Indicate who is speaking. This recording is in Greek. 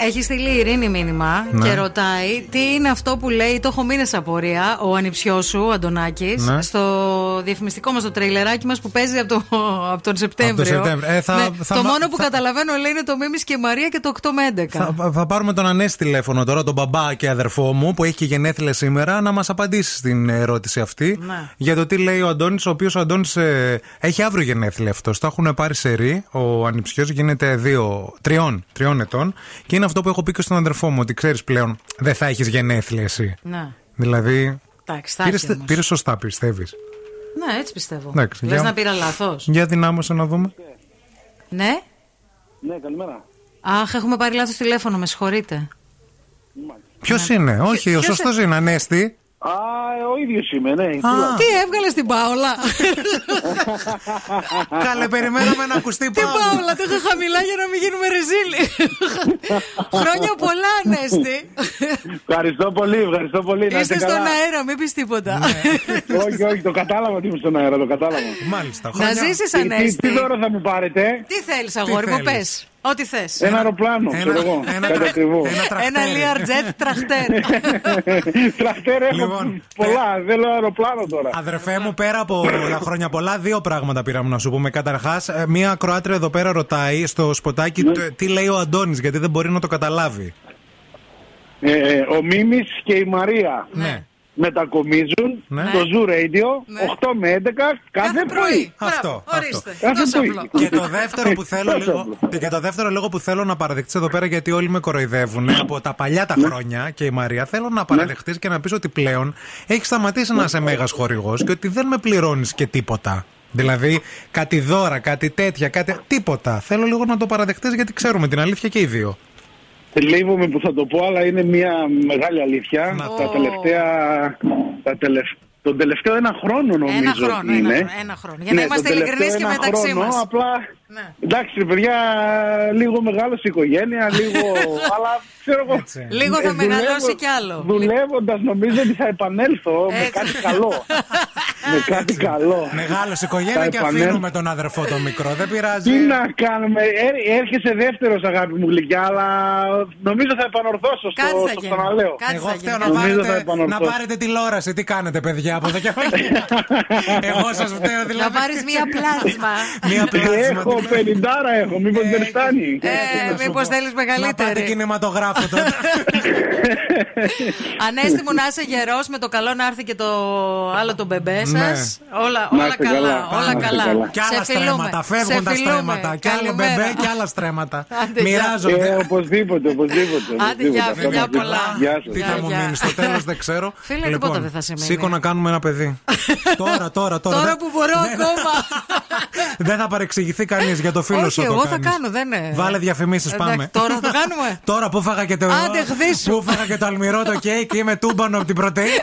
Speaker 1: Έχει στείλει η Ειρήνη μήνυμα
Speaker 2: Ναι.
Speaker 1: και ρωτάει τι είναι αυτό που λέει. Το έχω μήνε απορία. Ο ανιψιός σου, Αντωνάκης,
Speaker 2: Ναι.
Speaker 1: στο διαφημιστικό μας το τρέιλεράκι μας που παίζει από, το, από τον Σεπτέμβριο. Ναι,
Speaker 2: Σεπτέμβριο. Ε, θα- θα
Speaker 1: το
Speaker 2: μα-
Speaker 1: μόνο που
Speaker 2: θα-
Speaker 1: καταλαβαίνω λέει είναι το Μίμης και Μαρία και το 8 με 11.
Speaker 2: Θα, θα πάρουμε τον Ανέστη τηλέφωνο τώρα, τον μπαμπά και αδερφό μου, που έχει και γενέθλια σήμερα, να μας απαντήσει στην ερώτηση αυτή.
Speaker 1: Ναι.
Speaker 2: Για το τι λέει ο Αντώνης, ο οποίος ο Αντώνη έχει αύριο γενέθλια αυτός. Το έχουν πάρει σε ρί. Ο ανιψιός γίνεται δύο, τριών, τριών ετών. Και είναι αυτό που έχω πει και στον αδερφό μου, ότι ξέρεις πλέον δεν θα έχεις γενέθλια εσύ.
Speaker 1: Ναι.
Speaker 2: Δηλαδή.
Speaker 1: Εντάξει, θα
Speaker 2: Πήρες
Speaker 1: έχει όμως.
Speaker 2: πήρες σωστά, πιστεύεις.
Speaker 1: Ναι, έτσι πιστεύω.
Speaker 2: Εντάξει,
Speaker 1: Λες
Speaker 2: για-
Speaker 1: να πήρα λάθος.
Speaker 2: Για δυνάμωσε να δούμε.
Speaker 1: Ναι.
Speaker 3: Ναι, καλημέρα.
Speaker 1: Αχ, έχουμε πάρει λάθος τηλέφωνο, με συγχωρείτε.
Speaker 2: Ποιο είναι, Όχι, ο
Speaker 1: Ναι. ποιος
Speaker 2: σωστός είναι, Ανέστη.
Speaker 3: Α, ε, ο ίδιος είμαι, ναι.
Speaker 2: Α,
Speaker 1: Τι έβγαλες την Πάολα.
Speaker 2: καλέ, περιμέναμε να ακουστεί
Speaker 1: Την
Speaker 2: πάλι.
Speaker 1: Πάολα, το είχα χαμηλά για να μην γίνουμε ρεζίλοι. Χρόνια πολλά, Ανέστη.
Speaker 3: Ευχαριστώ πολύ, ευχαριστώ πολύ. Να
Speaker 1: Είστε
Speaker 3: είστε καλά.
Speaker 1: στον αέρα, μην πεις τίποτα.
Speaker 2: Ναι.
Speaker 3: όχι, όχι, το κατάλαβα τι είμαι στον αέρα, το κατάλαβα.
Speaker 2: Μάλιστα.
Speaker 1: Να
Speaker 2: Χρόνια.
Speaker 1: ζήσεις,
Speaker 3: Τι- τι, τι
Speaker 1: Ανέστη.
Speaker 3: δώρο θα μου πάρετε,
Speaker 1: Τι θέλεις, αγόρι μου, πε.
Speaker 2: θέλεις.
Speaker 1: Ό,τι θες
Speaker 3: ένα αεροπλάνο,
Speaker 2: ένα-
Speaker 3: ξέρω εγώ.
Speaker 2: ένα
Speaker 3: Κάτι
Speaker 2: τρα-
Speaker 3: ακριβό.
Speaker 2: ένα τραχτέρι. Ε,
Speaker 1: Ένα Learjet τραχτέρ.
Speaker 3: Τραχτέρ έχω
Speaker 2: Λοιπόν,
Speaker 3: πολλά, θέλω αεροπλάνο τώρα.
Speaker 2: Αδερφέ μου, πέρα από τα χρόνια πολλά, δύο πράγματα πήραμε να σου πούμε. Καταρχάς, μία ακροάτρια εδώ πέρα ρωτάει στο σποτάκι του, τι λέει ο Αντώνης, γιατί δεν μπορεί να το καταλάβει.
Speaker 3: Ε, ο Μίμης και η Μαρία
Speaker 2: Ναι.
Speaker 3: μετακομίζουν
Speaker 2: Ναι.
Speaker 3: στο Zoo Radio
Speaker 1: Ναι.
Speaker 3: 8 με 11 κάθε πρωί.
Speaker 1: Μπράβο,
Speaker 2: Αυτό,
Speaker 1: Ορίστε.
Speaker 2: αυτό.
Speaker 3: Κάθε
Speaker 1: Τόσο
Speaker 3: πρωί.
Speaker 1: απλό.
Speaker 2: Και το δεύτερο που θέλω
Speaker 3: Τόσο
Speaker 2: λίγο,
Speaker 3: απλό.
Speaker 2: και το δεύτερο λόγο που θέλω να παραδεχτείς εδώ πέρα, γιατί όλοι με κοροϊδεύουν από τα παλιά τα χρόνια και η Μαρία, θέλω να παραδεχτείς και να πεις ότι πλέον έχει σταματήσει να είσαι μέγας χορηγός και ότι δεν με πληρώνεις και τίποτα. Δηλαδή, κάτι δώρα, κάτι τέτοια, κάτι. Τίποτα. Θέλω λίγο να το παραδεχτείς γιατί ξέρουμε την αλήθεια και οι δύο.
Speaker 3: Θλίβομαι που θα το πω, αλλά είναι μια μεγάλη αλήθεια.
Speaker 2: Να
Speaker 3: Τα
Speaker 1: το.
Speaker 3: τελευταία. Τα τελευ- Τον τελευταίο ένα χρόνο νομίζω.
Speaker 1: Ένα χρόνο,
Speaker 3: είναι. Ναι,
Speaker 1: ένα χρόνο, ένα χρόνο. Για να
Speaker 3: τον
Speaker 1: είμαστε
Speaker 3: τελευταίο
Speaker 1: ειλικρινείς και
Speaker 3: ένα
Speaker 1: μεταξύ
Speaker 3: χρόνο,
Speaker 1: μας.
Speaker 3: Απλά.
Speaker 1: Ναι.
Speaker 3: Εντάξει, ρε παιδιά, λίγο μεγάλος οικογένεια, λίγο. αλλά ξέρω εγώ.
Speaker 2: Έτσι.
Speaker 1: Λίγο θα
Speaker 3: ε, δουλεύω-
Speaker 1: μεγαλώσει κι άλλο.
Speaker 3: Δουλεύοντας νομίζω ότι θα επανέλθω με
Speaker 1: Έτσι.
Speaker 3: κάτι καλό. με κάτι καλό.
Speaker 2: Μεγάλος
Speaker 3: Θα
Speaker 2: οικογένεια και
Speaker 3: επανέλθω.
Speaker 2: αφήνουμε τον αδερφό τον μικρό. Δεν πειράζει.
Speaker 3: Τι να κάνουμε, ε, έρχεσαι δεύτερος αγάπη μου γλυκιά, αλλά νομίζω θα επανορθώσω στο,
Speaker 1: Κάτι θα
Speaker 3: στο
Speaker 1: γίνει.
Speaker 3: ξαναλέω.
Speaker 1: Κάτι
Speaker 2: Εγώ
Speaker 1: θα
Speaker 2: φταίω να
Speaker 1: γίνει.
Speaker 3: Νομίζω θα
Speaker 2: πάρετε, να
Speaker 3: επανορθώ.
Speaker 2: πάρετε τηλεόραση. Τι κάνετε, παιδιά, από εδώ και πέρα. Εγώ σας φταίω,
Speaker 1: Να
Speaker 2: δηλαδή.
Speaker 1: πάρεις μία πλάσμα.
Speaker 2: Μία πλάσμα.
Speaker 3: Ε, Έχω,
Speaker 2: τι-
Speaker 3: 50 έχω, μήπως δεν φτάνει.
Speaker 1: Ε, Μήπως θέλεις
Speaker 2: Να πάτε
Speaker 1: μεγαλύτερη.
Speaker 2: κινηματογράφο τότε.
Speaker 1: Ανέστη μου να είσαι γερός, με το καλό να έρθει και το άλλο το μπεμπέ σα.
Speaker 2: Ναι.
Speaker 1: Όλα,
Speaker 3: Να
Speaker 1: όλα
Speaker 3: είστε
Speaker 1: καλά.
Speaker 3: καλά,
Speaker 1: Όλα
Speaker 3: να είστε
Speaker 1: καλά.
Speaker 3: καλά.
Speaker 2: Κι
Speaker 1: Σε
Speaker 2: άλλα
Speaker 1: φιλούμε.
Speaker 2: στρέμματα. Φεύγουν τα
Speaker 1: σε φιλούμε.
Speaker 2: στρέμματα. Κι άλλο
Speaker 1: Καλημέρα.
Speaker 2: μπεμπέ και άλλα στρέμματα.
Speaker 1: Άντε, γεια.
Speaker 3: Ε,
Speaker 2: Μοιράζονται.
Speaker 3: οπωσδήποτε, οπωσδήποτε.
Speaker 1: Άντε, γεια,
Speaker 3: οπωσδήποτε.
Speaker 1: φιλιά
Speaker 3: Αυτό να-
Speaker 1: πολλά.
Speaker 3: Γεια σας.
Speaker 2: Τι
Speaker 1: Γεια,
Speaker 2: θα μου
Speaker 1: γεια.
Speaker 2: μείνεις στο τέλος, δεν ξέρω. Λοιπόν,
Speaker 1: Φίλε, τίποτα δεν θα σημαίνει.
Speaker 2: Σήκω να κάνουμε ένα παιδί. Τώρα, τώρα, τώρα. Ναι.
Speaker 1: Τώρα
Speaker 2: Δεν-
Speaker 1: που μπορώ
Speaker 2: δεν-
Speaker 1: ακόμα.
Speaker 2: Δεν θα παρεξηγηθεί κανείς για το φίλο
Speaker 1: Όχι,
Speaker 2: σου. το
Speaker 1: εγώ θα
Speaker 2: κάνεις.
Speaker 1: κάνω, δεν είναι.
Speaker 2: Βάλε διαφημίσεις,
Speaker 1: Εντάξει,
Speaker 2: πάμε.
Speaker 1: τώρα θα το κάνουμε.
Speaker 2: Τώρα που φάγα και το.
Speaker 1: Άντε, χδίσου.
Speaker 2: Που φάγα και το αλμυρό το κέικ, είμαι τούμπανο από την πρωτεΐνη.